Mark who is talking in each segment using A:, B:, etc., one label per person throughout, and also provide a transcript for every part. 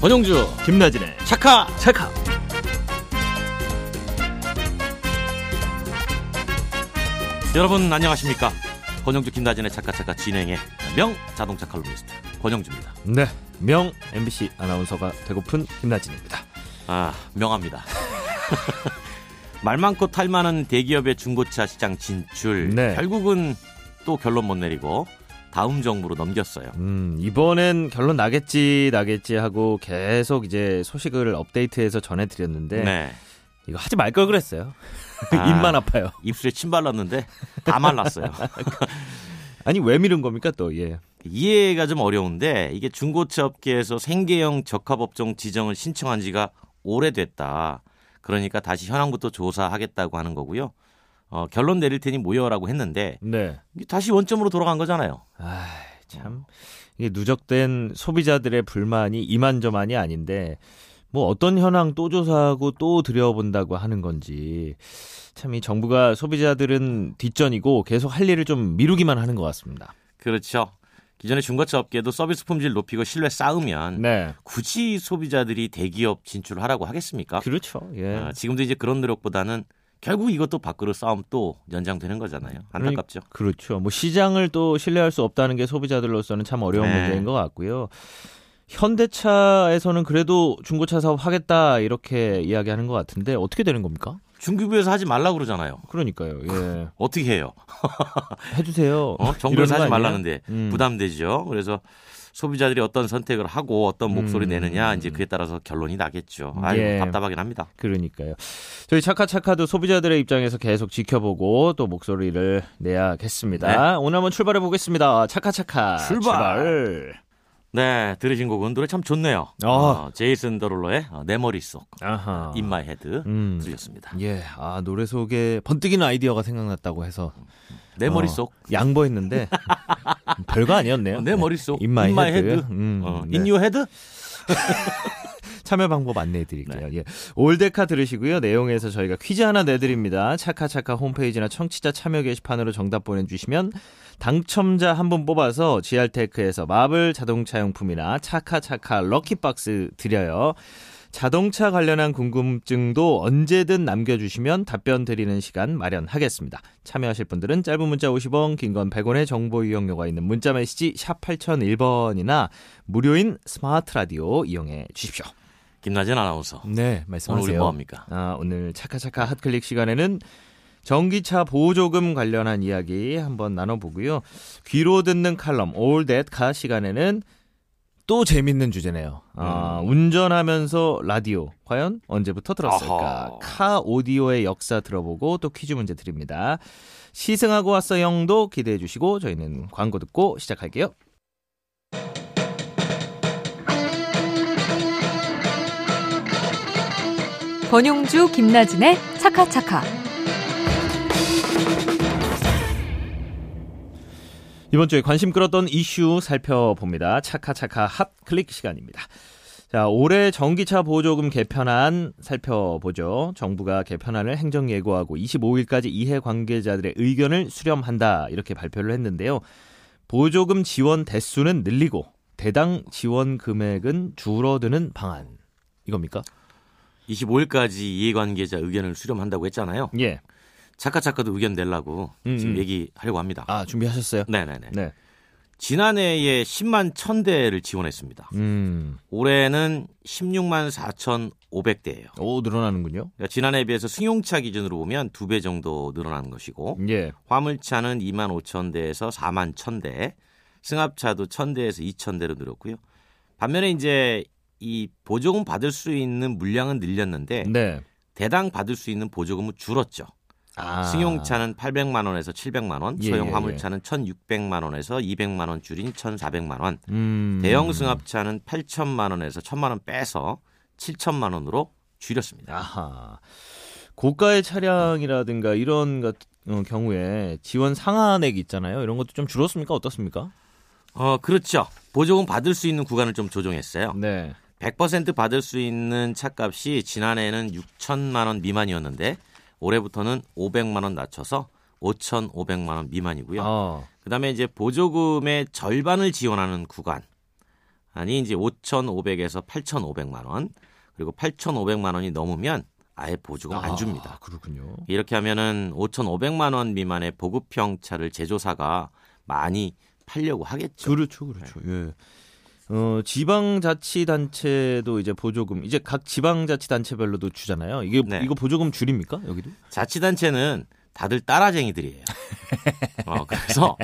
A: 권영주
B: 김나진의
A: 샤카
B: 찰카
A: 여러분 안녕하십니까 권영주 김다진의 차카차카 진행의 명 자동차 칼럼니스트 권영주입니다
B: 네, 명 MBC 아나운서가 되고픈 김나진입니다.
A: 아 명합니다 말 많고 탈 많은 대기업의 중고차 시장 진출
B: 네.
A: 결국은 또 결론 못 내리고 다음 정부로 넘겼어요
B: 음, 이번엔 결론 나겠지, 나겠지 하고 계속 이제 소식을 업데이트해서 전해드렸는데
A: 네.
B: 이거 하지 말 걸 그랬어요.
A: 아.
B: 입만 아파요.
A: 입술에 침 발랐는데 다 말랐어요
B: 아니 왜 미룬 겁니까 또? 예.
A: 이해가 좀 어려운데 이게 중고차 업계에서 생계형 적합업종 지정을 신청한 지가 오래됐다. 그러니까 다시 현황부터 조사하겠다고 하는 거고요. 어, 결론 내릴 테니 모여라고 했는데
B: 네.
A: 이게 다시 원점으로 돌아간 거잖아요.
B: 아, 참 이게 누적된 소비자들의 불만이 이만저만이 아닌데 뭐 어떤 현황 또 조사하고 또 들여본다고 하는 건지 참 이 정부가 소비자들은 뒷전이고 계속 할 일을 좀 미루기만 하는 것 같습니다.
A: 그렇죠. 기존의 중고차 업계도 서비스 품질 높이고 신뢰 쌓으면
B: 네,
A: 굳이 소비자들이 대기업 진출하라고 하겠습니까?
B: 그렇죠. 예.
A: 어, 지금도 이제 그런 노력보다는 결국 이것도 밖으로 싸움 또 연장되는 거잖아요. 안타깝죠.
B: 그렇죠. 뭐 시장을 또 신뢰할 수 없다는 게 소비자들로서는 참 어려운
A: 네.
B: 문제인 것 같고요. 현대차에서는 그래도 중고차 사업 하겠다 이렇게 이야기하는 것 같은데 어떻게 되는 겁니까?
A: 중급유에서 하지 말라 고 그러잖아요.
B: 그러니까요. 예.
A: 어떻게 해요?
B: 해주세요.
A: 어? 정부에서
B: 뭐 이러는
A: 하지
B: 거 아니에요?
A: 말라는데
B: 음.
A: 부담되죠. 그래서 소비자들이 어떤 선택을 하고 어떤 목소리
B: 음.
A: 내느냐 이제 그에 따라서 결론이 나겠죠. 아유
B: 예.
A: 답답하긴 합니다.
B: 그러니까요. 저희 차카차카도 소비자들의 입장에서 계속 지켜보고 또 목소리를 내야겠습니다. 오늘 한번 출발해 보겠습니다. 차카차카.
A: 출발! 네, 들으신 곡은 노래 참 좋네요.
B: 아.
A: 어, 제이슨 더롤러의 어, 내 머릿속
B: 아하.
A: In My Head
B: 음.
A: 들렸습니다.
B: 예. 아, 노래 속에 번뜩이는 아이디어가 생각났다고 해서
A: 내
B: 어,
A: 머릿속
B: 양보했는데 별거 아니었네요. 뭐,
A: 어, 내 머릿속
B: In my
A: In My
B: head.
A: Head.
B: 음,
A: 어,
B: 네.
A: In Your Head?
B: 참여 방법 안내해 드릴게요. 예. 올데카 들으시고요. 내용에서 저희가 퀴즈 하나 내드립니다. 차카차카 홈페이지나 청취자 참여 게시판으로 정답 보내주시면 당첨자 한 분 뽑아서 GR테크에서 마블 자동차 용품이나 차카차카 럭키박스 드려요. 자동차 관련한 궁금증도 언제든 남겨주시면 답변 드리는 시간 마련하겠습니다. 참여하실 분들은 짧은 문자 50원, 긴 건 100원의 정보 이용료가 있는 문자 메시지 샵 8001번이나 무료인 스마트 라디오 이용해 주십시오.
A: 김나진 아나운서.
B: 네,
A: 오늘 우리
B: 말씀하세요.
A: 뭐합니까?
B: 아, 오늘 차카차카 핫클릭 시간에는 전기차 보조금 관련한 이야기 한번 나눠보고요. 귀로 듣는 칼럼 All That 가 시간에는 또 재밌는 주제네요.
A: 음.
B: 아, 운전하면서 라디오 과연 언제부터 들었을까?
A: 아하.
B: 카 오디오의 역사 들어보고 또 퀴즈 문제 드립니다. 시승하고 왔어 영도 기대해 주시고 저희는 광고 듣고 시작할게요.
C: 권용주 김나진의 차카차카
B: 이번 주에 관심 끌었던 이슈 살펴봅니다. 차카차카 핫클릭 시간입니다. 자, 올해 전기차 보조금 개편안 살펴보죠. 정부가 개편안을 행정 예고하고 25일까지 이해 관계자들의 의견을 수렴한다 이렇게 발표를 했는데요. 보조금 지원 대수는 늘리고 대당 지원 금액은 줄어드는 방안 이겁니까?
A: 25일까지 이해관계자 의견을 수렴한다고 했잖아요.
B: 예.
A: 차카차카도 의견 내려고
B: 음,
A: 지금
B: 음.
A: 얘기하려고 합니다.
B: 아 준비하셨어요?
A: 네네네.
B: 네.
A: 지난해에 10만 1000대를 지원했습니다.
B: 음.
A: 올해는 16만 4,500대예요.
B: 오 늘어나는군요.
A: 그러니까 지난해에 비해서 승용차 기준으로 보면 두 배 정도 늘어난 것이고
B: 예.
A: 화물차는 2만 5천대에서 4만 1천대, 승합차도 1천대에서 2천대로 늘었고요. 반면에 이제 이 보조금 받을 수 있는 물량은 늘렸는데
B: 네.
A: 대당 받을 수 있는 보조금은 줄었죠.
B: 아.
A: 승용차는 800만 원에서 700만 원,
B: 예,
A: 소형
B: 예, 예.
A: 화물차는 1,600만 원에서 200만 원 줄인 1,400만 원,
B: 음.
A: 대형 승합차는 8천만 원에서 1천만 원 빼서 7천만 원으로 줄였습니다.
B: 아하. 고가의 차량이라든가 이런 것 어, 경우에 지원 상한액 있잖아요. 이런 것도 좀 줄었습니까? 어떻습니까?
A: 어, 그렇죠. 보조금 받을 수 있는 구간을 좀 조정했어요.
B: 네.
A: 100% 받을 수 있는 차값이 지난해에는 6천만 원 미만이었는데 올해부터는 500만 원 낮춰서 5,500만 원 미만이고요.
B: 아,
A: 그다음에 이제 보조금의 절반을 지원하는 구간 아니 이제 5,500에서 8,500만 원 그리고 8,500만 원이 넘으면 아예 보조금 안 줍니다.
B: 아, 그렇군요.
A: 이렇게 하면은 5,500만 원 미만의 보급형 차를 제조사가 많이 팔려고 하겠죠.
B: 그렇죠, 그렇죠.
A: 네.
B: 예. 어, 지방자치단체도 이제 보조금 이제 각 지방자치단체별로도 주잖아요. 이게
A: 네.
B: 이거 보조금 줄입니까 여기도?
A: 자치단체는 다들 따라쟁이들이에요. 어, 그래서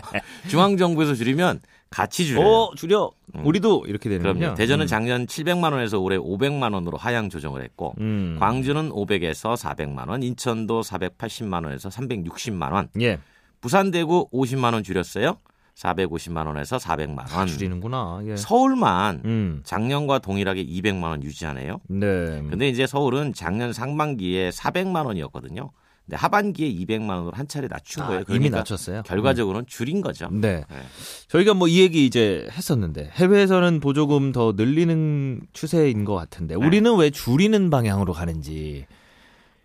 A: 중앙정부에서 줄이면 같이 줄여요.
B: 어 줄여. 우리도 이렇게
A: 네.
B: 되는군요.
A: 음.
B: 음.
A: 그럼요. 대전은 작년 700만 원에서 올해 500만 원으로 하향 조정을 했고
B: 음.
A: 광주는 500에서 400만 원, 인천도 480만 원에서 360만 원,
B: 예
A: 부산 대구 50만 원 줄였어요. 450만 원에서 400만 원.
B: 줄이는구나. 예.
A: 음. 서울만
B: 음.
A: 작년과 동일하게 200만 원 유지하네요.
B: 네.
A: 근데 이제 서울은 작년 상반기에 400만 원이었거든요. 근데 하반기에 200만 원으로 한 차례 낮춘
B: 아,
A: 거예요.
B: 이미
A: 그러니까
B: 낮췄어요.
A: 결과적으로는 줄인 거죠.
B: 음. 네.
A: 네.
B: 저희가 뭐 이 얘기 이제 했었는데 해외에서는 보조금 더 늘리는 추세인 것 같은데 우리는 왜 줄이는 방향으로 가는지.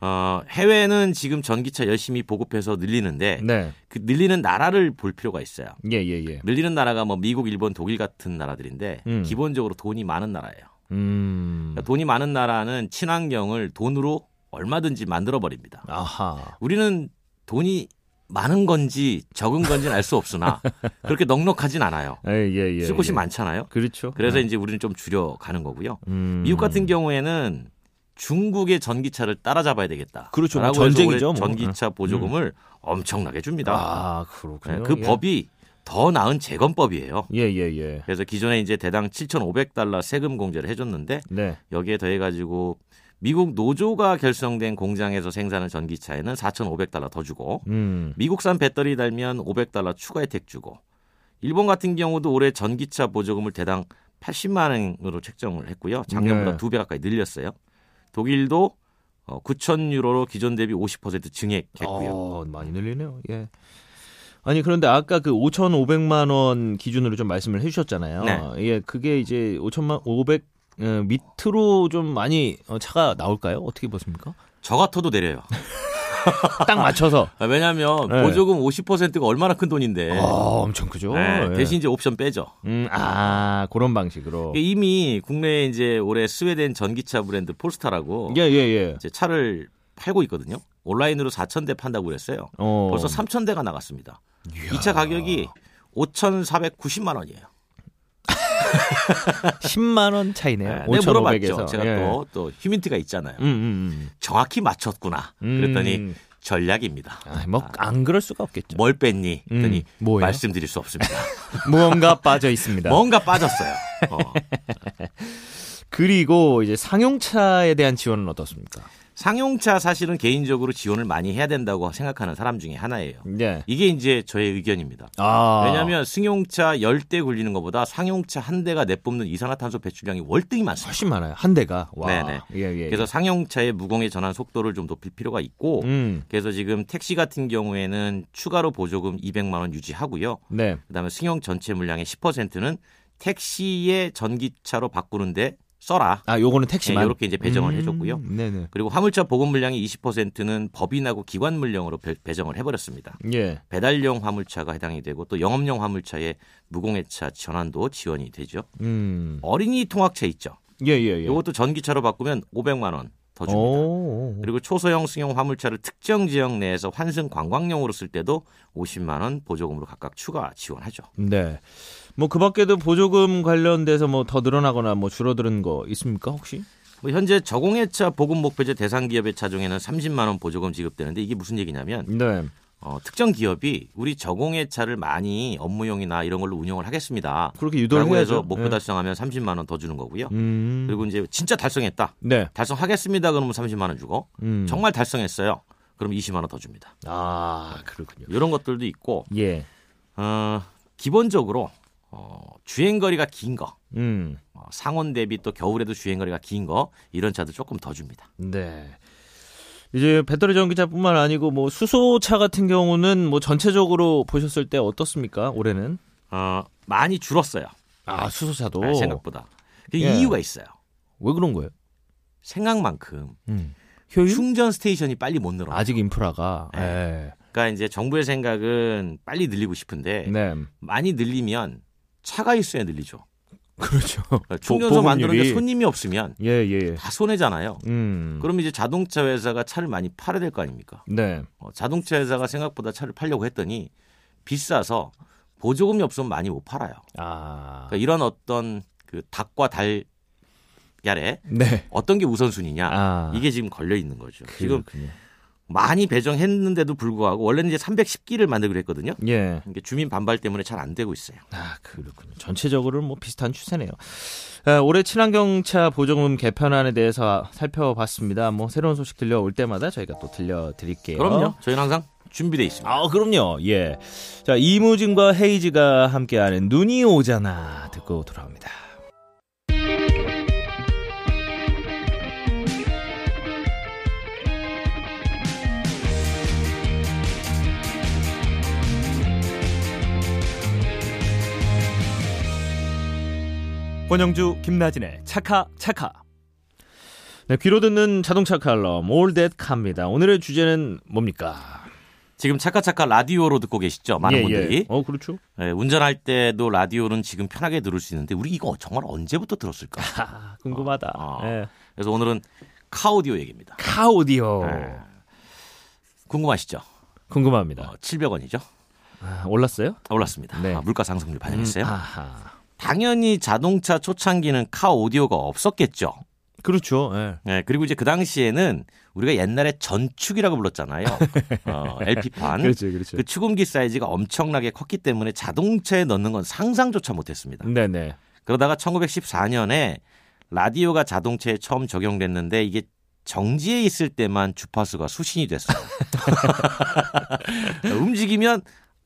A: 어, 해외는 지금 전기차 열심히 보급해서 늘리는데
B: 네.
A: 그 늘리는 나라를 볼 필요가 있어요.
B: 예, 예, 예.
A: 늘리는 나라가 뭐 미국, 일본, 독일 같은 나라들인데
B: 음.
A: 기본적으로 돈이 많은 나라예요.
B: 음.
A: 그러니까 돈이 많은 나라는 친환경을 돈으로 얼마든지 만들어 버립니다.
B: 아하.
A: 우리는 돈이 많은 건지 적은 건지는 알 수 없으나 그렇게 넉넉하진 않아요.
B: 예, 예, 예.
A: 쓸 곳이
B: 예.
A: 많잖아요.
B: 그렇죠.
A: 그래서
B: 네.
A: 이제 우리는 좀 줄여가는 거고요.
B: 음.
A: 미국 같은 경우에는 중국의 전기차를 따라잡아야 되겠다.
B: 그렇죠. 뭐
A: 라고 해서
B: 전쟁이죠,
A: 올해
B: 뭐. 음.
A: 전기차 보조금을 엄청나게 줍니다.
B: 아,
A: 네,
B: 그렇군요.
A: 그
B: 예.
A: 법이 더 나은 재건법이에요.
B: 예, 예, 예.
A: 그래서 기존에 이제 대당 7,500달러 세금 공제를 해줬는데
B: 네.
A: 여기에 더해가지고 미국 노조가 결성된 공장에서 생산한 전기차에는 4,500달러 더 주고
B: 음.
A: 미국산 배터리 달면 500달러 추가 혜택 주고 일본 같은 경우도 올해 전기차 보조금을 대당 80만 원으로 책정을 했고요. 작년보다
B: 네.
A: 두 배 가까이 늘렸어요. 독일도 9,000 유로로 기존 대비 50% 증액했고요.
B: 어, 많이 늘리네요. 예. 아니 그런데 아까 그 5,500만 원 기준으로 좀 말씀을 해주셨잖아요.
A: 네.
B: 예, 그게 이제 5천만 500 어, 밑으로 좀 많이 어, 차가 나올까요? 어떻게 보십니까?
A: 저 같아도 내려요.
B: 딱 맞춰서.
A: 아, 왜냐하면
B: 네.
A: 보조금 50%가 얼마나 큰 돈인데
B: 아, 엄청 크죠.
A: 예. 네,
B: 예.
A: 대신 이제 옵션 빼죠.
B: 음, 아 그런 방식으로.
A: 이게 이미 국내에 이제 올해 스웨덴 전기차 브랜드 폴스타라고
B: 예예 예.
A: 이제 차를 팔고 있거든요. 온라인으로 4,000대 판다고 그랬어요.
B: 어.
A: 벌써 3,000대가 나갔습니다. 이 차 가격이 5,490만 원이에요.
B: 10만 원 차이네요.
A: 네,
B: 5,500에서.
A: 물어봤죠. 제가
B: 아, 예.
A: 또, 또 휴민트가 있잖아요.
B: 음, 음,
A: 정확히 맞췄구나.
B: 음.
A: 그랬더니
B: 음.
A: 전략입니다.
B: 아, 뭐안 그럴 수가 없겠죠.
A: 뭘 뺐니? 그랬더니
B: 음, 뭐예요?
A: 말씀드릴 수 없습니다.
B: 무언가 빠져 있습니다.
A: 뭔가 빠졌어요. 어.
B: 그리고 이제 상용차에 대한 지원은 어떻습니까?
A: 상용차 사실은 개인적으로 지원을 많이 해야 된다고 생각하는 사람 중에 하나예요.
B: 네.
A: 이게 이제 저의 의견입니다.
B: 아.
A: 왜냐하면 승용차 10대 굴리는 것보다 상용차 한 대가 내뿜는 이산화탄소 배출량이 월등히 많습니다.
B: 훨씬 많아요. 한 대가. 와.
A: 네네.
B: 예, 예.
A: 그래서 상용차의 무공해 전환 속도를 좀 높일 필요가 있고
B: 음.
A: 그래서 지금 택시 같은 경우에는 추가로 보조금 200만 원 유지하고요.
B: 네.
A: 그다음에 승용 전체 물량의 10%는 택시의 전기차로 바꾸는데 써라.
B: 아, 요거는 택시만
A: 네, 요렇게 이제 배정을 해줬고요.
B: 네, 네.
A: 그리고 화물차 보급 물량의 20%는 법인하고 기관 물량으로 배- 배정을 해버렸습니다.
B: 예.
A: 배달용 화물차가 해당이 되고 또 영업용 화물차의 무공해차 전환도 지원이 되죠.
B: 음.
A: 어린이 통학차 있죠.
B: 예, 예, 예.
A: 이것도 전기차로 바꾸면 500만 원 더 줍니다.
B: 오.
A: 그리고 초소형 승용 화물차를 특정 지역 내에서 환승 관광용으로 쓸 때도 50만 원 보조금으로 각각 추가 지원하죠.
B: 네. 뭐 그 밖에도 보조금 관련돼서 뭐 더 늘어나거나 뭐 줄어드는 거 있습니까, 혹시?
A: 뭐 현재 저공해차 보급 목표제 대상 기업의 차종에는 30만 원 보조금 지급되는데 이게 무슨 얘기냐면
B: 네.
A: 어, 특정 기업이 우리 저공해차를 많이 업무용이나 이런 걸로 운영을 하겠습니다.
B: 그렇게
A: 라고
B: 유도를 해야죠.
A: 해서 뭐 목표
B: 예.
A: 달성하면 30만 원 더 주는 거고요.
B: 음.
A: 그리고 이제 진짜 달성했다.
B: 네.
A: 달성하겠습니다. 그러면 30만 원 주고
B: 음.
A: 정말 달성했어요. 그럼 20만 원 더 줍니다.
B: 아, 그렇군요.
A: 이런 것들도 있고
B: 예.
A: 어, 기본적으로 어, 주행 거리가 긴 거,
B: 음.
A: 어, 상온 대비 또 겨울에도 주행 거리가 긴 거 이런 차도 조금 더 줍니다.
B: 네. 이제 배터리 전기차뿐만 아니고 뭐 수소차 같은 경우는 뭐 전체적으로 보셨을 때 어떻습니까? 올해는
A: 어, 많이 줄었어요.
B: 아 수소차도
A: 네, 생각보다. 그
B: 예.
A: 이유가 있어요.
B: 왜 그런 거예요?
A: 생각만큼
B: 음.
A: 충전 스테이션이 빨리 못 늘어.
B: 아직 인프라가 예.
A: 그러니까 이제 정부의 생각은 빨리 늘리고 싶은데
B: 네.
A: 많이 늘리면 차가 있어야 늘리죠. 그러니까
B: 그렇죠.
A: 충전소 만드는데
B: 보급률이.
A: 손님이 없으면
B: 예, 예.
A: 다 손해잖아요.
B: 음.
A: 그럼 이제 자동차 회사가 차를 많이 팔아야 될 거 아닙니까?
B: 네.
A: 어, 자동차 회사가 생각보다 차를 팔려고 했더니 비싸서 보조금이 없으면 많이 못 팔아요.
B: 아.
A: 그러니까 이런 어떤 그 닭과 달 야래
B: 네.
A: 어떤 게 우선순위냐
B: 아.
A: 이게 지금 걸려 있는 거죠. 지금
B: 그렇군요.
A: 많이 배정했는데도 불구하고 원래는 이제 310기를 만들기로 했거든요.
B: 예.
A: 이게 주민 반발 때문에 잘 안 되고 있어요.
B: 아, 그렇군요. 전체적으로는 뭐 비슷한 추세네요. 아, 올해 친환경차 보조금 개편안에 대해서 살펴봤습니다. 뭐 새로운 소식 들려올 때마다 저희가 또 들려드릴게요.
A: 그럼요. 저희는 항상 준비돼 있습니다.
B: 아, 그럼요. 예. 자, 이무진과 헤이즈가 함께하는 눈이 오잖아 듣고 돌아옵니다. 권영주 김나진의 차카 차카. 네, 귀로 듣는 자동차 칼럼 올댓 카입니다. 오늘의 주제는 뭡니까?
A: 지금 차카차카 라디오로 듣고 계시죠? 많은
B: 예,
A: 분들이.
B: 예. 어 그렇죠.
A: 예, 운전할 때도 라디오는 지금 편하게 들을 수 있는데 우리 이거 정말 언제부터 들었을까?
B: 아, 궁금하다. 예.
A: 어. 그래서 오늘은 카오디오 얘기입니다.
B: 카오디오
A: 예. 궁금하시죠?
B: 궁금합니다.
A: 어, 700원이죠?
B: 아, 올랐어요?
A: 올랐습니다.
B: 네. 음,
A: 아, 물가 상승률 반영했어요.
B: 아하.
A: 당연히 자동차 초창기는 카오디오가 없었겠죠.
B: 그렇죠. 예.
A: 예, 그리고 이제 그 당시에는 우리가 옛날에 전축이라고 불렀잖아요. 어, LP판. 그
B: 그렇죠.
A: 축음기 사이즈가 엄청나게 컸기 때문에 자동차에 넣는 건 상상조차 못했습니다.
B: 네네.
A: 그러다가 1914년에 라디오가 자동차에 처음 적용됐는데 이게 정지에 있을 때만 주파수가 수신이 됐어요. 움직이면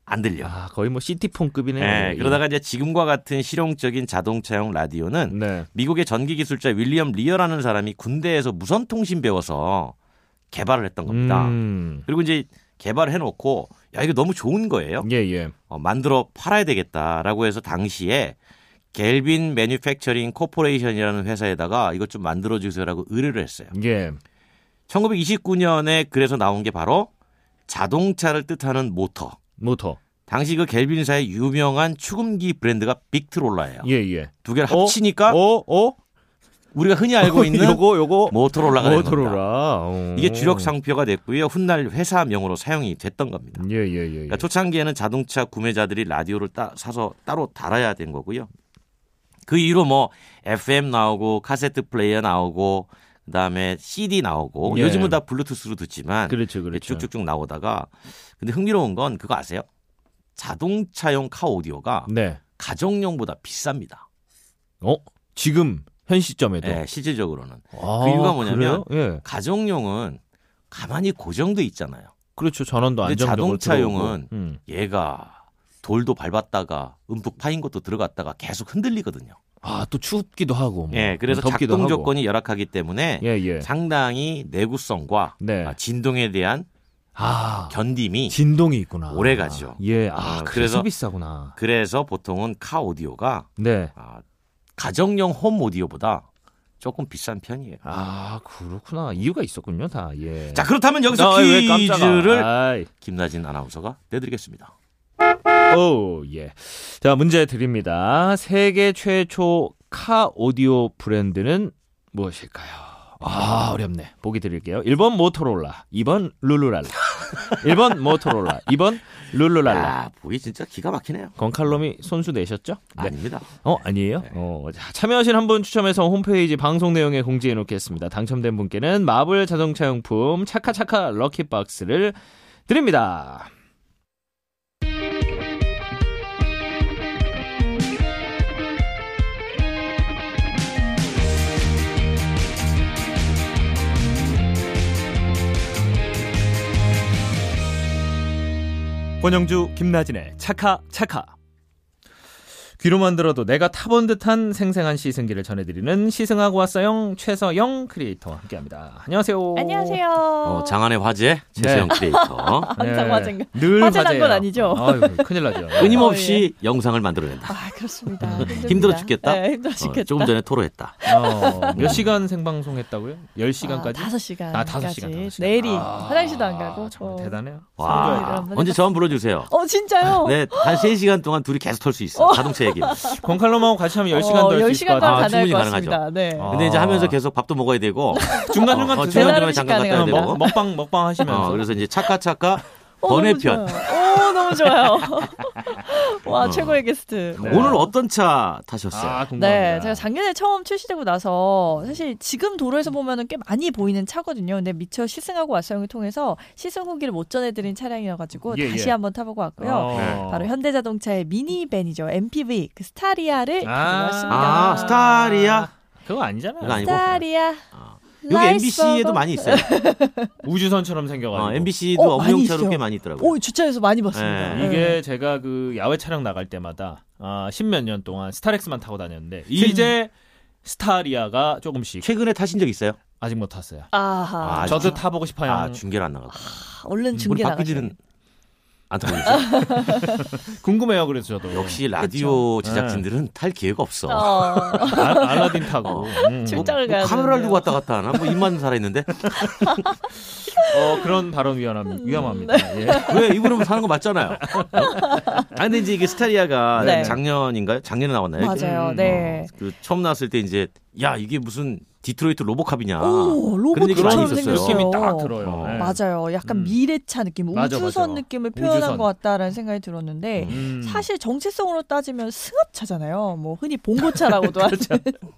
A: 안 들려.
B: 아 거의 뭐 시티폰급이네요.
A: 예,
B: 예.
A: 그러다가 이제 지금과 같은 실용적인 자동차용 라디오는
B: 네.
A: 미국의 전기 기술자 윌리엄 리어라는 사람이 군대에서 무선 통신 배워서 개발을 했던 겁니다.
B: 음.
A: 그리고 이제 개발을 해놓고 야 이거 너무 좋은 거예요.
B: 예 예.
A: 어, 만들어 팔아야 되겠다라고 해서 당시에 갤빈 매뉴팩처링 코퍼레이션이라는 회사에다가 이것 좀 만들어 주세요라고 의뢰를 했어요.
B: 예.
A: 1929년에 그래서 나온 게 바로 자동차를 뜻하는 모터.
B: 모터.
A: 당시 그 갤빈사의 유명한 축음기 브랜드가 빅트롤라예요.
B: 예 예.
A: 두 개를
B: 어?
A: 합치니까
B: 어 어.
A: 우리가 흔히 알고 있는
B: 요거 요거.
A: 어, 모토롤라가 된 겁니다.
B: 모토로라. 어.
A: 이게 주력 상표가 됐고요. 훗날 회사명으로 사용이 됐던 겁니다.
B: 예예예. 예,
A: 그러니까 초창기에는 자동차 구매자들이 라디오를 따, 사서 따로 달아야 된 거고요. 그 이후로 뭐 FM 나오고 카세트 플레이어 나오고 그다음에 CD 나오고
B: 예.
A: 요즘은 다 블루투스로 듣지만
B: 그렇죠
A: 이게
B: 그렇죠.
A: 쭉쭉쭉 나오다가 근데 흥미로운 건 그거 아세요? 자동차용 카 오디오가
B: 네.
A: 가정용보다 비쌉니다.
B: 어 지금 현 시점에도.
A: 예, 실질적으로는
B: 아,
A: 그 이유가 뭐냐면
B: 그래요? 예.
A: 가정용은 가만히 고정돼 있잖아요.
B: 그렇죠. 전원도
A: 근데
B: 안정적으로
A: 자동차용은
B: 들어오고. 음.
A: 얘가 돌도 밟았다가 움푹 파인 것도 들어갔다가 계속 흔들리거든요.
B: 아또 춥기도 하고. 뭐
A: 예, 그래서
B: 덥기도
A: 작동
B: 하고.
A: 조건이 열악하기 때문에
B: 예, 예.
A: 상당히 내구성과
B: 네.
A: 아, 진동에 대한
B: 아,
A: 견딤이
B: 진동이 있구나.
A: 오래 가죠.
B: 예, 아,
A: 어,
B: 그래서
A: 그래서-
B: 비싸구나.
A: 그래서 보통은 카 오디오가
B: 네.
A: 아, 가정용 홈 오디오보다 조금 비싼 편이에요.
B: 아, 그렇구나. 이유가 있었군요, 다. 예.
A: 자 그렇다면 여기서
B: 아, 왜 깜짝아.
A: 퀴즈를
B: 아이.
A: 김나진 아나운서가 내드리겠습니다.
B: 오, 예. 자, 문제 드립니다. 세계 최초 카 오디오 브랜드는 무엇일까요? 아, 어렵네. 보기 드릴게요. 1번 모토로라, 2번 룰루랄라. 1번 모토로라, 2번 룰루랄라.
A: 야, 보기 진짜 기가 막히네요.
B: 건칼럼이 손수 내셨죠?
A: 아닙니다. 네.
B: 어 아니에요? 어, 자, 참여하신 한 분 추첨해서 홈페이지 방송 내용에 공지해 놓겠습니다. 당첨된 분께는 마블 자동차 용품 차카차카 럭키박스를 드립니다. 권영주 김나진의 차카차카 귀로만 들어도 내가 타본 듯한 생생한 시승기를 전해드리는 시승하고 왔어요 최서영 크리에이터와 함께합니다. 안녕하세요.
D: 안녕하세요.
A: 어, 장안의 화제
B: 네.
A: 최세영 크리에이터
D: 항상 화제인가?
B: 예. 늘
D: 화제 난건
B: 화제예요.
D: 아니죠?
B: 아이고, 큰일 나죠.
A: 끊임없이 영상을 만들어낸다.
D: 예. 아 그렇습니다.
A: 힘들어 죽겠다?
D: 네, 힘들어
A: 어,
D: 죽겠다.
A: 조금 전에 토로했다.
B: 어, 몇 시간 생방송했다고요? 10시간까지?
D: 아, 5시간.
B: 아, 5시간.
D: 내리
B: 아,
D: 화장실도 안 가고.
B: 정말
D: 어.
B: 대단해요.
A: 와,
D: 성공이라면
A: 언제 저한 불러주세요.
D: 어 진짜요?
A: 네, 한 3시간 동안 둘이 계속 털 수 있어. 자동차 얘기. 얘기.
B: 권칼럼하고 같이 하면 10시간도 할 수 있을 것
D: 어,
A: 아,
B: 같아요.
D: 10시간 동안 다녀올
A: 충분히
D: 것
A: 가능하죠.
D: 같습니다. 네.
B: 어.
A: 근데 이제
B: 아.
A: 하면서 계속 밥도 먹어야 되고
B: 중간중간
A: 어, 어,
B: 드세요.
A: 중간중간에 잠깐
D: 배달
A: 갔다 와야
D: 음식 가능합니다.
A: 되고.
B: 먹, 먹방 먹방 하시면서
A: 어, 그래서 이제 차카차카
D: 어,
A: 번외편.
D: 너무 좋아요. 오, 너무 좋아요. 와,
A: 어.
D: 최고의 게스트.
B: 네.
A: 오늘 어떤 차 타셨어요?
B: 아, 궁금합니다.
D: 네, 제가 작년에 처음 출시되고 나서 사실 지금 도로에서 보면은 꽤 많이 보이는 차거든요. 근데 미처 시승하고 왓성을 통해서 시승 후기를 못 전해드린 차량이어가지고
B: 예, 예.
D: 다시 한번 타보고 왔고요.
B: 어.
D: 바로 현대자동차의 미니밴이죠. MPV 그 스타리아를
B: 아.
D: 가져왔습니다.
A: 아, 스타리아.
B: 그거 아니잖아요.
A: 그거 아니고.
D: 스타리아.
A: 여기 MBC에도 많이
B: 네.
A: 있어요.
B: 우주선처럼 생겨가지고.
A: 어, MBC도
D: 어, 많이
A: 업용차로 꽤
D: 있어요.
A: 많이 있더라고요.
D: 오 주차해서 많이 봤습니다.
A: 네.
B: 이게 제가 그 야외 촬영 나갈 때마다 아, 십몇 년 동안 스타렉스만 타고 다녔는데 이제 스타리아가 조금씩
A: 최근에 타신 적 있어요?
B: 아직 못 탔어요.
D: 아하.
A: 아,
B: 저도
A: 주-
B: 타보고 싶어요.
A: 아, 중계를 안 나가고.
D: 얼른
A: 우리
D: 중계 나가.
A: 박규진은 안 타고 있어요.
B: 궁금해요. 그래서 저도
A: 역시 라디오
B: 네.
A: 제작진들은 탈 기회가 없어.
D: 어,
B: 아, 알라딘 타고
A: 어.
B: 음.
D: 출- 출장을 가야
A: 뭐, 카메라를
D: 되는데요.
A: 두고 왔다 갔다 하나? 뭐 입만 살아있는데
B: 어, 그런 발언 위험합니다. 위험합니다. 예.
A: 왜 이분은 사는 거 맞잖아요. 어? 아 근데 이제 이게 스타리아가
D: 네.
A: 작년인가요? 작년에 나왔나요? 이게?
D: 맞아요.
B: 음,
D: 네.
A: 그 처음 나왔을 때 이제 야 이게 무슨 디트로이트 로보캅이냐.
D: 오, 로봇
A: 아, 그런 얘기 많이
D: 처럼
A: 있었어요.
D: 생겼어요.
B: 느낌이 딱 들어요.
A: 어.
B: 예.
D: 맞아요. 약간
B: 음.
D: 미래차 느낌,
B: 맞아,
D: 우주선
B: 맞아.
D: 느낌을 표현한
B: 우주선.
D: 것 같다라는 생각이 들었는데
A: 음.
B: 음.
D: 사실 정체성으로 따지면 승합차잖아요. 뭐 흔히 봉고차라고도
A: 그렇죠.
D: 하죠. 음.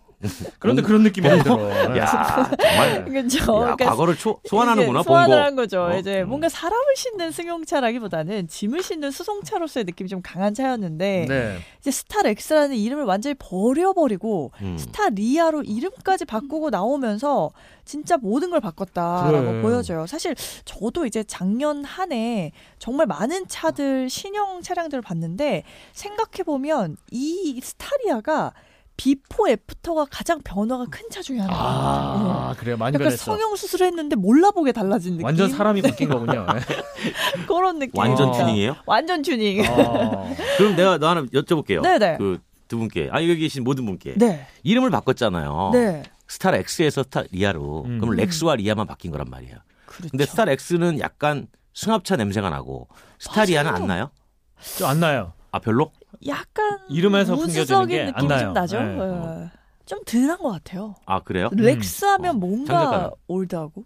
B: 그런데 그런 느낌이 안 네. 들어.
A: 야 정말
D: 그렇죠.
A: 야, 과거를 초, 소환하는구나
D: 이제 소환을
A: 본거.
D: 한 거죠.
A: 어?
D: 이제
A: 음.
D: 뭔가 사람을 싣는 승용차라기보다는 짐을 싣는 수송차로서의 느낌이 좀 강한 차였는데
B: 네.
D: 이제 스타렉스라는 이름을 완전히 버려버리고
A: 음.
D: 스타리아로 이름까지 바꾸고 나오면서 진짜 모든 걸 바꿨다라고
B: 그래.
D: 보여져요. 사실 저도 이제 작년 한 해 정말 많은 차들 신형 차량들을 봤는데 생각해 보면 이 스타리아가 비포 애프터가 가장 변화가 큰 차 중에 하나예요.
B: 아, 그래 많이
D: 약간
B: 변했어.
D: 성형 수술을 했는데 몰라보게 달라진 느낌.
B: 완전 사람이 바뀐 거군요.
D: 그런 느낌.
A: 완전
B: 어.
A: 튜닝이에요?
D: 완전 튜닝.
B: 예. 어.
A: 그럼 내가 너 하나 여쭤볼게요.
D: 네네.
A: 그 두 분께 아 여기 계신 모든 분께
D: 네.
A: 이름을 바꿨잖아요.
D: 네.
A: 스타 렉스에서 스타 리아로
B: 음.
A: 그럼 렉스와 리아만 바뀐 거란 말이에요.
D: 그렇죠.
A: 근데 스타 렉스는 약간 승합차 냄새가 나고 스타 리아는
D: 맞아요.
A: 안 나요?
B: 좀안 나요.
A: 아 별로?
D: 약간
B: 이름에서 풍겨지는
D: 우주적인
B: 게안
D: 느낌이
B: 나요.
D: 좀 나죠.
B: 네.
D: 예. 좀 덜한 것 같아요.
A: 아 그래요?
D: 렉스 하면
A: 어,
D: 뭔가
A: 장작가요.
D: 올드하고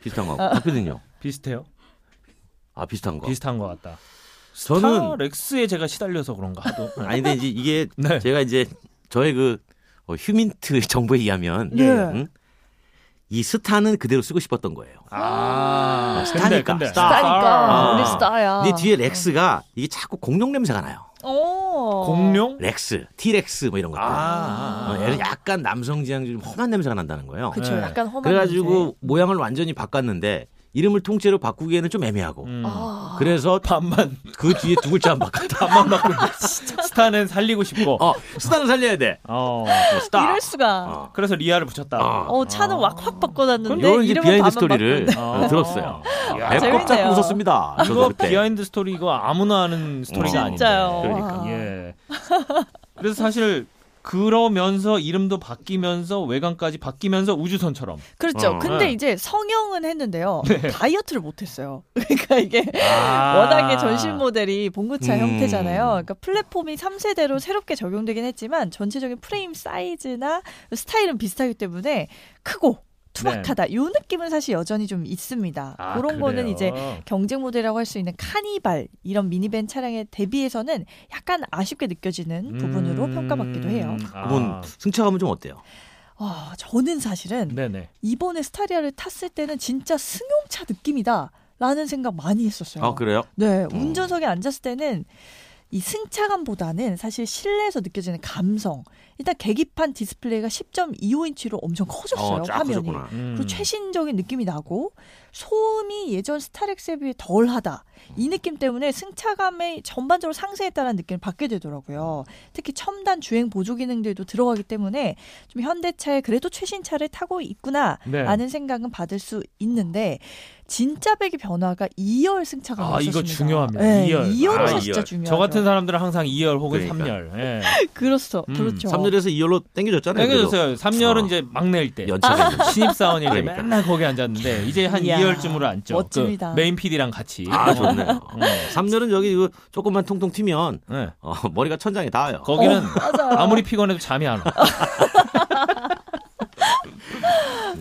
A: 비슷한 거
D: 아.
A: 하고 박교진요.
B: 비슷해요.
A: 아 비슷한 거.
B: 비슷한 것 같다.
A: 저는
B: 렉스에 제가 시달려서 그런가 하도.
A: 아니 근데 이제 이게
B: 네.
A: 제가 이제 저의 그 어, 휴민트 정보에 의하면
D: 네.
A: 음, 이 스타는 그대로 쓰고 싶었던 거예요.
B: 아,
A: 스타니까, 스타.
D: 스타니까
A: 아.
D: 그러니까, 우리 스타야.
A: 근데 뒤에 렉스가 이게 자꾸 공룡 냄새가 나요.
D: 어.
B: 공룡?
A: 렉스, 티렉스 뭐 이런 것들.
B: 아,
A: 어, 얘는 약간 남성지향적 좀 험한 냄새가 난다는 거예요.
D: 그쵸
B: 네.
D: 약간 험한.
A: 그래가지고
D: 냄새.
A: 모양을 완전히 바꿨는데 이름을 통째로 바꾸기에는 좀 애매하고
B: 음.
D: 아.
A: 그래서
B: 반만
A: 그 뒤에 두 글자 안 바꿨다.
B: 반만 받고 스타는 살리고 싶고.
A: 어, 스타는 살려야 돼.
B: 어.
A: 어, 스타.
D: 이럴 수가.
A: 어.
B: 그래서 리아를 붙였다.
A: 어.
D: 어 차는
B: 아.
D: 왁확 바꿔놨는데
A: 요런 이제
D: 이름은
A: 비하인드
D: 반만
A: 스토리를
D: 바꿨는데. 아,
A: 어, 들었어요.
B: 야.
A: 배꼽 잡고
D: 네, 재밌네요.
A: 웃었습니다.
B: 이거
A: 저도 그때.
B: 비하인드 스토리 이거 아무나 하는 스토리가
D: 음.
A: 어.
B: 아닌데.
D: 진짜요.
A: 그러니까.
D: 와.
B: 예. 그래서 사실 그러면서 이름도 바뀌면서 외관까지 바뀌면서 우주선처럼.
D: 그렇죠.
A: 어, 네.
D: 근데
B: 네.
D: 이제 성형은 했는데요. 다이어트를 못했어요. 그러니까 이게
B: 아.
D: 워낙에 전신 모델이 봉구차
A: 음.
D: 형태잖아요. 그러니까 플랫폼이 3세대로 새롭게 적용되긴 했지만 전체적인 프레임 사이즈나 스타일은 비슷하기 때문에 크고 투박하다. 이 느낌은 사실 여전히 좀 있습니다.
B: 네. 아,
D: 그런 거는
B: 그래요.
D: 이제 경쟁 모델이라고 할 수 있는 카니발 이런 미니밴 차량에 대비해서는 약간 아쉽게 느껴지는 부분으로
B: 음.
D: 평가받기도 해요.
A: 그분
B: 아.
A: 승차감은 좀 어때요?
D: 아, 저는 사실은
B: 네네.
D: 이번에 스타리아를 탔을 때는 진짜 승용차 느낌이다. 라는 생각 많이 했었어요.
A: 아 그래요?
D: 네, 운전석에 앉았을 때는 이 승차감보다는 사실 실내에서 느껴지는 감성. 일단 계기판 디스플레이가 10.25인치로 엄청 커졌어요.
A: 쫙
D: 화면이.
A: 커졌구나.
B: 음.
D: 그리고 최신적인 느낌이 나고 소음이 예전 스타렉스에 비해 덜하다. 이 느낌 때문에 승차감이 전반적으로 상승했다는 느낌을 받게 되더라고요. 특히 첨단 주행 보조 기능들도 들어가기 때문에 좀 현대차에 그래도 최신차를 타고 있구나
B: 네.
D: 라는 생각은 받을 수 있는데 진짜 배기 변화가 2열 승차감이
B: 아, 이거
D: 있었습니다.
B: 중요합니다.
D: 네,
B: 2열.
D: 2열에서
A: 아,
D: 진짜
A: 2열.
D: 중요하죠.
B: 저 같은 사람들은 항상 2열 혹은
A: 그러니까.
B: 3열. 예.
D: 그렇죠.
B: 음,
D: 그렇죠.
A: 3열에서 2열로 땡겨졌잖아요.
B: 당겨졌어요. 3열은
A: 어.
B: 이제 막내일 때.
D: 아.
A: 연차가
B: 신입사원일 때
A: 그러니까.
B: 맨날 거기 앉았는데 이제 한
D: 이야.
B: 2열, 열쯤으로 앉죠.
D: 멋집니다.
B: 그 메인 PD랑 같이.
A: 아 좋네요.
B: 음.
A: 삼열은 여기 이거 조금만 통통 튀면
B: 네.
A: 어, 머리가 천장에 닿아요.
B: 거기는
D: 맞아요.
B: 아무리 피곤해도 잠이 안 와.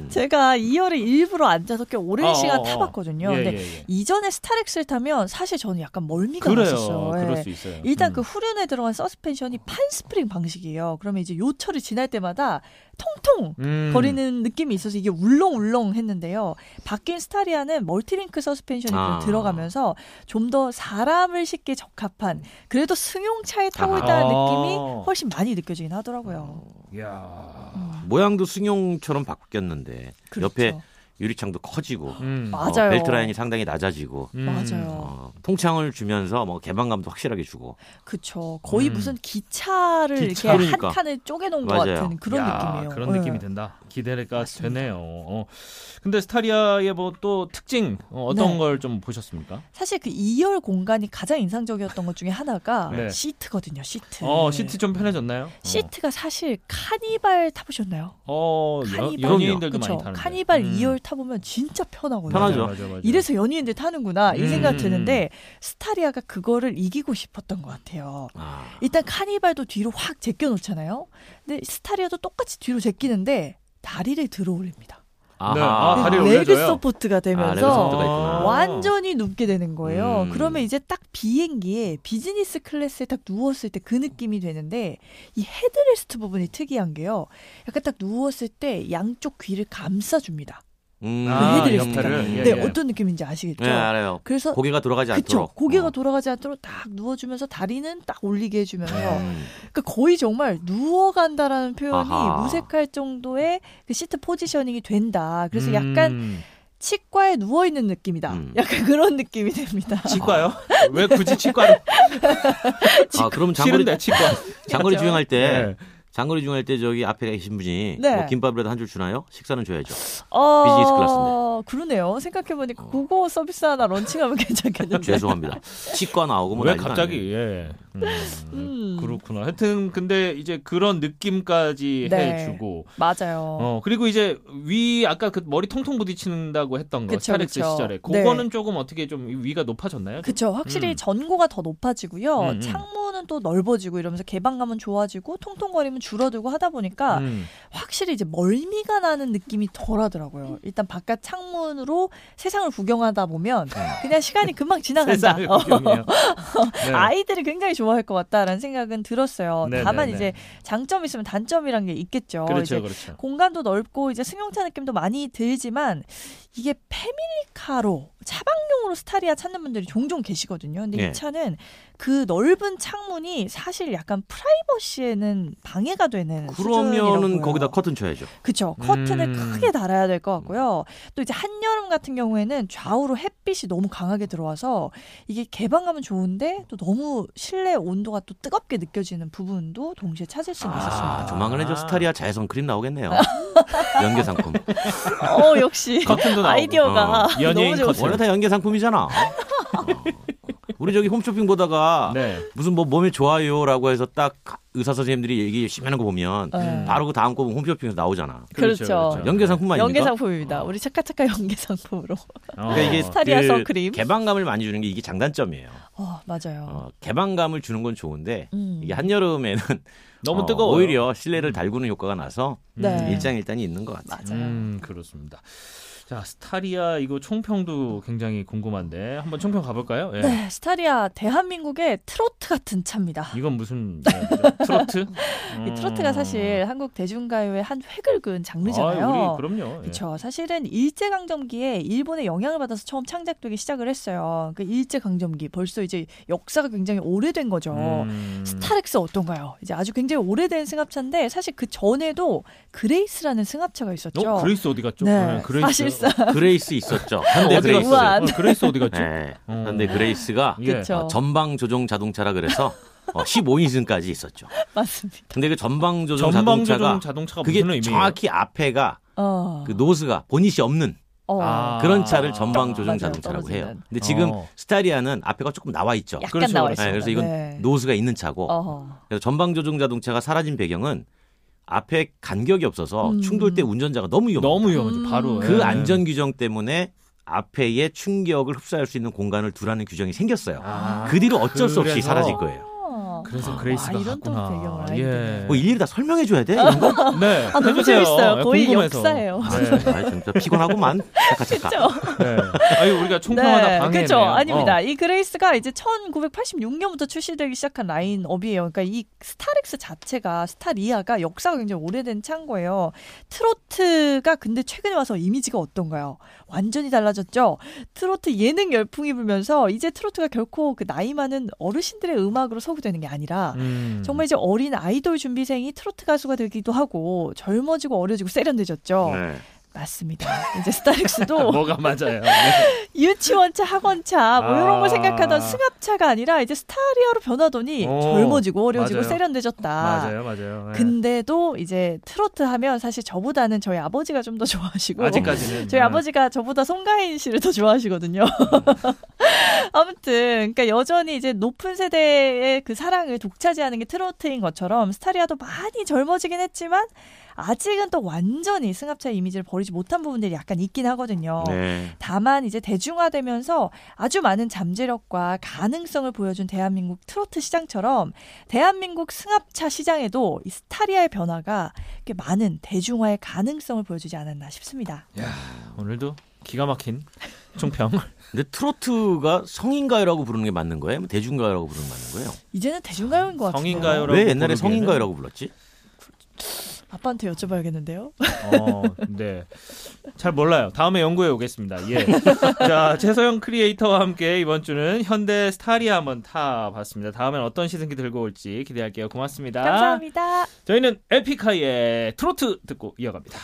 D: 제가 2열에 일부러 앉아서 꽤 오랜
B: 어,
D: 시간
B: 어, 어.
D: 타봤거든요.
B: 예,
D: 근데
B: 예, 예.
D: 이전에 스타렉스를 타면 사실 저는 약간 멀미가
B: 그래요.
D: 났었어요. 예.
B: 그럴 수 있어요.
D: 일단
B: 음.
D: 그 후륜에 들어간 서스펜션이 판스프링 방식이에요. 그러면 이제 요철이 지날 때마다 통통
B: 음.
D: 거리는 느낌이 있어서 이게 울렁울렁 했는데요. 바뀐 스타리아는 멀티링크 서스펜션이 좀
A: 아.
D: 들어가면서 좀 더 사람을 쉽게 적합한 그래도 승용차에 타고
A: 아하.
D: 있다는
B: 아.
D: 느낌이 훨씬 많이 느껴지긴 하더라고요.
B: 이야.
D: 음,
A: 모양도 승용처럼 바뀌었는데 어.
D: 그렇죠.
A: 옆에 유리창도 커지고
B: 음.
A: 어,
D: 맞아요.
A: 벨트 라인이 상당히 낮아지고
B: 음.
D: 맞아요.
A: 어, 통창을 주면서 뭐 개방감도 확실하게 주고
D: 그쵸. 거의
B: 음.
D: 무슨 기차를
A: 기차.
D: 이렇게
A: 그러니까.
D: 한 칸을 쪼개놓은 것
A: 맞아요.
D: 같은 그런
B: 야,
D: 느낌이에요.
B: 그런
D: 예.
B: 느낌이 든다. 기대가
D: 맞습니다.
B: 되네요. 어. 근데 스타리아의 뭐 또 특징 어, 떤
D: 네.
B: 걸 좀 보셨습니까?
D: 사실 그 2열 공간이 가장 인상적이었던 것 중에 하나가
B: 네.
D: 시트거든요. 시트.
B: 어 시트 좀 편해졌나요?
D: 네. 시트가 사실 카니발 타보셨나요?
B: 어, 어,
D: 카니발.
B: 여, 연예인들도
D: 그쵸.
B: 많이 타는데.
D: 카니발
B: 음.
D: 2열 타보면 진짜 편하거든요.
A: 편하죠.
B: 맞아, 맞아.
D: 이래서 연예인들 타는구나 이
B: 음,
D: 생각
B: 음,
D: 드는데 스타리아가 그거를 이기고 싶었던 것 같아요.
A: 아,
D: 일단 카니발도 뒤로 확 제껴 놓잖아요. 근데 스타리아도 똑같이 뒤로 제끼는데 다리를 들어 올립니다.
A: 아하.
B: 네. 아, 다리를
D: 레그
B: 올려줘요?
D: 서포트가
A: 아, 레그 서포트가
D: 되면서
A: 있구나.
D: 완전히 눕게 되는 거예요.
A: 음.
D: 그러면 이제 딱 비행기에 비즈니스 클래스에 딱 누웠을 때 그 느낌이 되는데 이 헤드레스트 부분이 특이한 게요. 약간 딱 누웠을 때 양쪽 귀를 감싸줍니다.
A: 음,
B: 아,
D: 그 헤드레스트가.
B: 옆에를. 예,
D: 네,
B: 예.
D: 어떤 느낌인지 아시겠죠?
A: 네, 알아요.
D: 그래서
A: 고개가 돌아가지
D: 어, 그쵸
A: 않도록.
D: 고개가
A: 어.
D: 돌아가지 않도록 딱 누워주면서 다리는 딱 올리게 해주면서
A: 음.
D: 그 거의 정말 누워간다라는 표현이
A: 아하.
D: 무색할 정도의 그 시트 포지셔닝이 된다. 그래서
B: 음.
D: 약간 치과에 누워 있는 느낌이다.
A: 음.
D: 약간 그런 느낌이 됩니다.
B: 치과요? 왜 굳이 치과를?
A: 아, 그럼 장거리
B: 싫은데 치과.
A: 장거리 주행할 때
B: 네.
A: 장거리 주행할 때 저기 앞에 계신 분이
D: 네.
A: 뭐 김밥이라도 한 줄 주나요? 식사는 줘야죠.
D: 어,
A: 비즈니스 클래스인데.
D: 그러네요. 생각해 보니까 그거 서비스 하나 런칭하면 괜찮겠는데.
B: 그렇죠.
A: 죄송합니다. 치과 나오고 뭐
B: 왜
A: 난리가 났네.
B: 갑자기? 예. 음.
D: 음,
B: 그렇구나. 하여튼 근데 이제 그런 느낌까지
D: 네.
B: 해주고
D: 맞아요.
B: 어 그리고 이제 위 아까 그 머리 통통 부딪힌다고 했던 거
D: 그쵸,
B: 스타렉스
D: 그쵸.
B: 시절에
D: 네.
B: 그거는 조금 어떻게 좀 위가 높아졌나요? 좀?
D: 그쵸. 확실히
B: 음.
D: 전고가 더 높아지고요.
B: 음, 음.
D: 창문은 또 넓어지고 이러면서 개방감은 좋아지고 통통거림은 줄어들고 하다 보니까
B: 음.
D: 확실히 이제 멀미가 나는 느낌이 덜하더라고요. 일단 바깥 창문으로 세상을 구경하다 보면 그냥 시간이 금방 지나간다.
B: 네. 세상을
D: 어,
B: 구경해요. 네.
D: 아이들이 굉장히 좋아할 것 같다라는 생각은 들었어요.
B: 네,
D: 다만
B: 네, 네.
D: 이제 장점이 있으면 단점이란 게 있겠죠.
B: 그렇죠,
D: 이제
B: 그렇죠.
D: 공간도 넓고 이제 승용차 느낌도 많이 들지만 이게 패밀리카로 차박용으로 스타리아 찾는 분들이 종종 계시거든요. 근데
A: 예.
D: 이 차는 그 넓은 창문이 사실 약간 프라이버시에는 방해가 되는
A: 그러면은
D: 수준이라고요.
A: 거기다 커튼 쳐야죠.
D: 그쵸. 커튼을
B: 음.
D: 크게 달아야 될 것 같고요. 또 이제 한여름 같은 경우에는 좌우로 햇빛이 너무 강하게 들어와서 이게 개방감은 좋은데 또 너무 실내 온도가 또 뜨겁게 느껴지는 부분도 동시에 찾을 수는
A: 아,
D: 있었습니다.
A: 조만간에 저
B: 아.
A: 스타리아 자외선 크림 나오겠네요. 연계 상품.
D: 어, 역시.
B: 커튼도 나오고.
D: 아이디어가
A: 어,
B: 연예인
D: 너무 좋았어요.
A: 원래 다 연계 상품이잖아. 어. 우리 저기 홈쇼핑 보다가
B: 네.
A: 무슨 뭐 몸에 좋아요라고 해서 딱 의사 선생님들이 얘기 열심히 하는 거 보면
D: 네.
A: 바로 그 다음 거 보면 홈쇼핑에서 나오잖아.
D: 그렇죠.
B: 네.
A: 연계 상품 아닙니까?
D: 연계 상품입니다. 우리 차카차카 연계 상품으로.
B: 어.
A: 그러니까 이게
D: 스타리아
A: 그
D: 선크림.
A: 개방감을 많이 주는 게 이게 장단점이에요.
D: 어, 맞아요.
A: 어, 개방감을 주는 건 좋은데
D: 음.
A: 이게 한여름에는
B: 너무
A: 어,
B: 뜨거워.
A: 오히려 실내를 달구는 효과가 나서
D: 네.
A: 일장일단이 있는 것 같아요.
D: 맞아요.
B: 음, 그렇습니다. 자, 스타리아 이거 총평도 굉장히 궁금한데 한번 총평 가볼까요? 예.
D: 네, 스타리아 대한민국의 트로트 같은 차입니다.
B: 이건 무슨 이야기죠? 트로트? 음.
D: 이 트로트가 사실 한국 대중가요의 한 획을 그은 장르잖아요.
B: 아, 우리 그럼요. 예.
D: 그렇죠. 사실은 일제 강점기에 일본의 영향을 받아서 처음 창작되기 시작을 했어요. 그 일제 강점기 벌써 이제 역사가 굉장히 오래된 거죠.
B: 음.
D: 스타렉스 어떤가요? 이제 아주 굉장히 오래된 승합차인데 사실 그 전에도 그레이스라는 승합차가 있었죠.
B: 어, 그레이스 어디 갔죠?
D: 네,
B: 예, 그레이스.
D: 사실상
A: 그레이스 있었죠. 현대
B: 어디
A: 그레이스.
B: 갔어요?
D: 우한.
B: 어, 그레이스 어디 갔죠?
A: 네.
B: 어.
A: 현대 그레이스가
B: 예.
D: 음. 그쵸.
A: 어, 전방 조종 자동차라 그래서 어, 15인승까지 있었죠.
B: 어.
D: 맞습니다.
A: 근데 그 전방 조종
B: 전방
A: 자동차가
B: 조종 자동차가
A: 그게
B: 무슨 의미예요?
A: 정확히 앞에가
D: 어.
A: 그 노스가 보닛이 없는
D: 어.
B: 아.
A: 그런 차를 전방 조종
D: 맞아요.
A: 자동차라고 해요.
D: 떨어지는.
A: 근데 지금
B: 어.
A: 스타리아는 앞에가 조금 나와 있죠.
D: 약간
B: 그렇죠,
D: 나와
B: 그렇죠.
D: 있습니다.
A: 네, 그래서 이건
D: 네.
A: 노스가 있는 차고
D: 어허.
A: 그래서 전방 조종 자동차가 사라진 배경은 앞에 간격이 없어서
D: 음.
A: 충돌 때 운전자가 너무 위험해요.
B: 너무 위험하죠.
D: 음.
B: 바로.
A: 그
B: 예.
A: 안전 규정 때문에 앞에의 충격을 흡수할 수 있는 공간을 두라는 규정이 생겼어요.
B: 아,
A: 그 뒤로 어쩔 수 없이
B: 그래서-
A: 사라질 거예요.
D: 요
B: 그래서 그레이스가
D: 아, 이런 또
B: 갔구나.
D: 배경을
B: 예.
D: 알게
A: 뭐 일일이 다 설명해 줘야 돼. 이런 거?
B: 네.
D: 아, 너무
B: 해주세요.
D: 재밌어요. 거의
B: 궁금해서.
D: 역사예요.
B: 네.
A: 아, 진짜 피곤하고만 잠깐 잠깐.
B: 네. 아니 우리가 총평하다 방해네요.
D: 그렇죠. 아닙니다.
B: 어.
D: 이 그레이스가 이제 1986년부터 출시되기 시작한 라인업이에요. 그러니까 이 스타렉스 자체가 스타리아가 역사가 굉장히 오래된 창고예요. 트로트가 근데 최근에 와서 이미지가 어떤가요? 완전히 달라졌죠. 트로트 예능 열풍이 불면서 이제 트로트가 결코 그 나이 많은 어르신들의 음악으로 소구되는 게 아니라
B: 음.
D: 정말 이제 어린 아이돌 준비생이 트로트 가수가 되기도 하고 젊어지고 어려지고 세련되졌죠.
A: 네.
D: 맞습니다. 이제 스타렉스도
B: 뭐가 맞아요. 네.
D: 유치원차, 학원차 뭐 이런
B: 아.
D: 걸 생각하던 승합차가 아니라 이제 스타리아로 변하더니
B: 오,
D: 젊어지고 어려지고
B: 맞아요.
D: 세련되졌다.
B: 맞아요, 맞아요. 네.
D: 근데도 이제 트로트 하면 사실 저보다는 저희 아버지가 좀 더 좋아하시고
B: 아직까지는
D: 저희
B: 네.
D: 아버지가 저보다 송가인 씨를 더 좋아하시거든요.
B: 음.
D: 아무튼 그러니까 여전히 이제 높은 세대의 그 사랑을 독차지하는 게 트로트인 것처럼 스타리아도 많이 젊어지긴 했지만 아직은 또 완전히 승합차 의 이미지를 버리지 못한 부분들이 약간 있긴 하거든요.
A: 네.
D: 다만 이제 대중화되면서 아주 많은 잠재력과 가능성을 보여준 대한민국 트로트 시장처럼 대한민국 승합차 시장에도 이 스타리아의 변화가 이렇게 많은 대중화의 가능성을 보여주지 않았나 싶습니다.
B: 오늘도 기가 막힌 총평.
A: 근데 트로트가 성인가요라고 부르는 게 맞는 거예요? 뭐 대중가요라고 부르는 게 맞는 거예요?
D: 이제는 대중가요인 것 같아요.
B: 성인가요라고
A: 왜 옛날에
B: 부르기에는-
A: 성인가요라고 불렀지?
D: 아빠한테 여쭤봐야겠는데요.
B: 어, 네. 잘 몰라요. 다음에 연구해 오겠습니다. 예. 자, 최서영 크리에이터와 함께 이번 주는 현대 스타리아 한번 타봤습니다. 다음엔 어떤 시승기 들고 올지 기대할게요. 고맙습니다.
D: 감사합니다.
B: 저희는 에픽하이의 트로트 듣고 이어갑니다.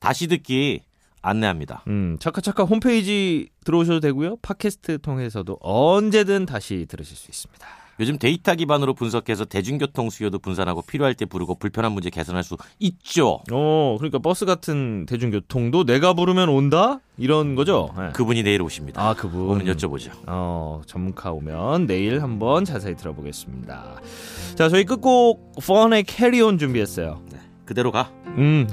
A: 다시 듣기 안내합니다.
B: 음, 차카차카 홈페이지 들어오셔도 되고요. 팟캐스트 통해서도 언제든 다시 들으실 수 있습니다.
A: 요즘 데이터 기반으로 분석해서 대중교통 수요도 분산하고 필요할 때 부르고 불편한 문제 개선할 수 있죠.
B: 어, 그러니까 버스 같은 대중교통도 내가 부르면 온다? 이런 거죠? 예.
A: 그분이 내일 오십니다.
B: 아, 그분.
A: 오면 여쭤보죠.
B: 어, 전문가 오면 내일 한번 자세히 들어보겠습니다. 자, 저희 끝곡 펀의 캐리온 준비했어요.
A: 그대로 가.
B: 음.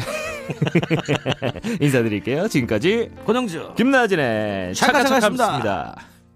B: 인사드릴게요. 지금까지
A: 권영주.
B: 김나진의
A: 찰칵찰칵
B: 차카차카였습니다.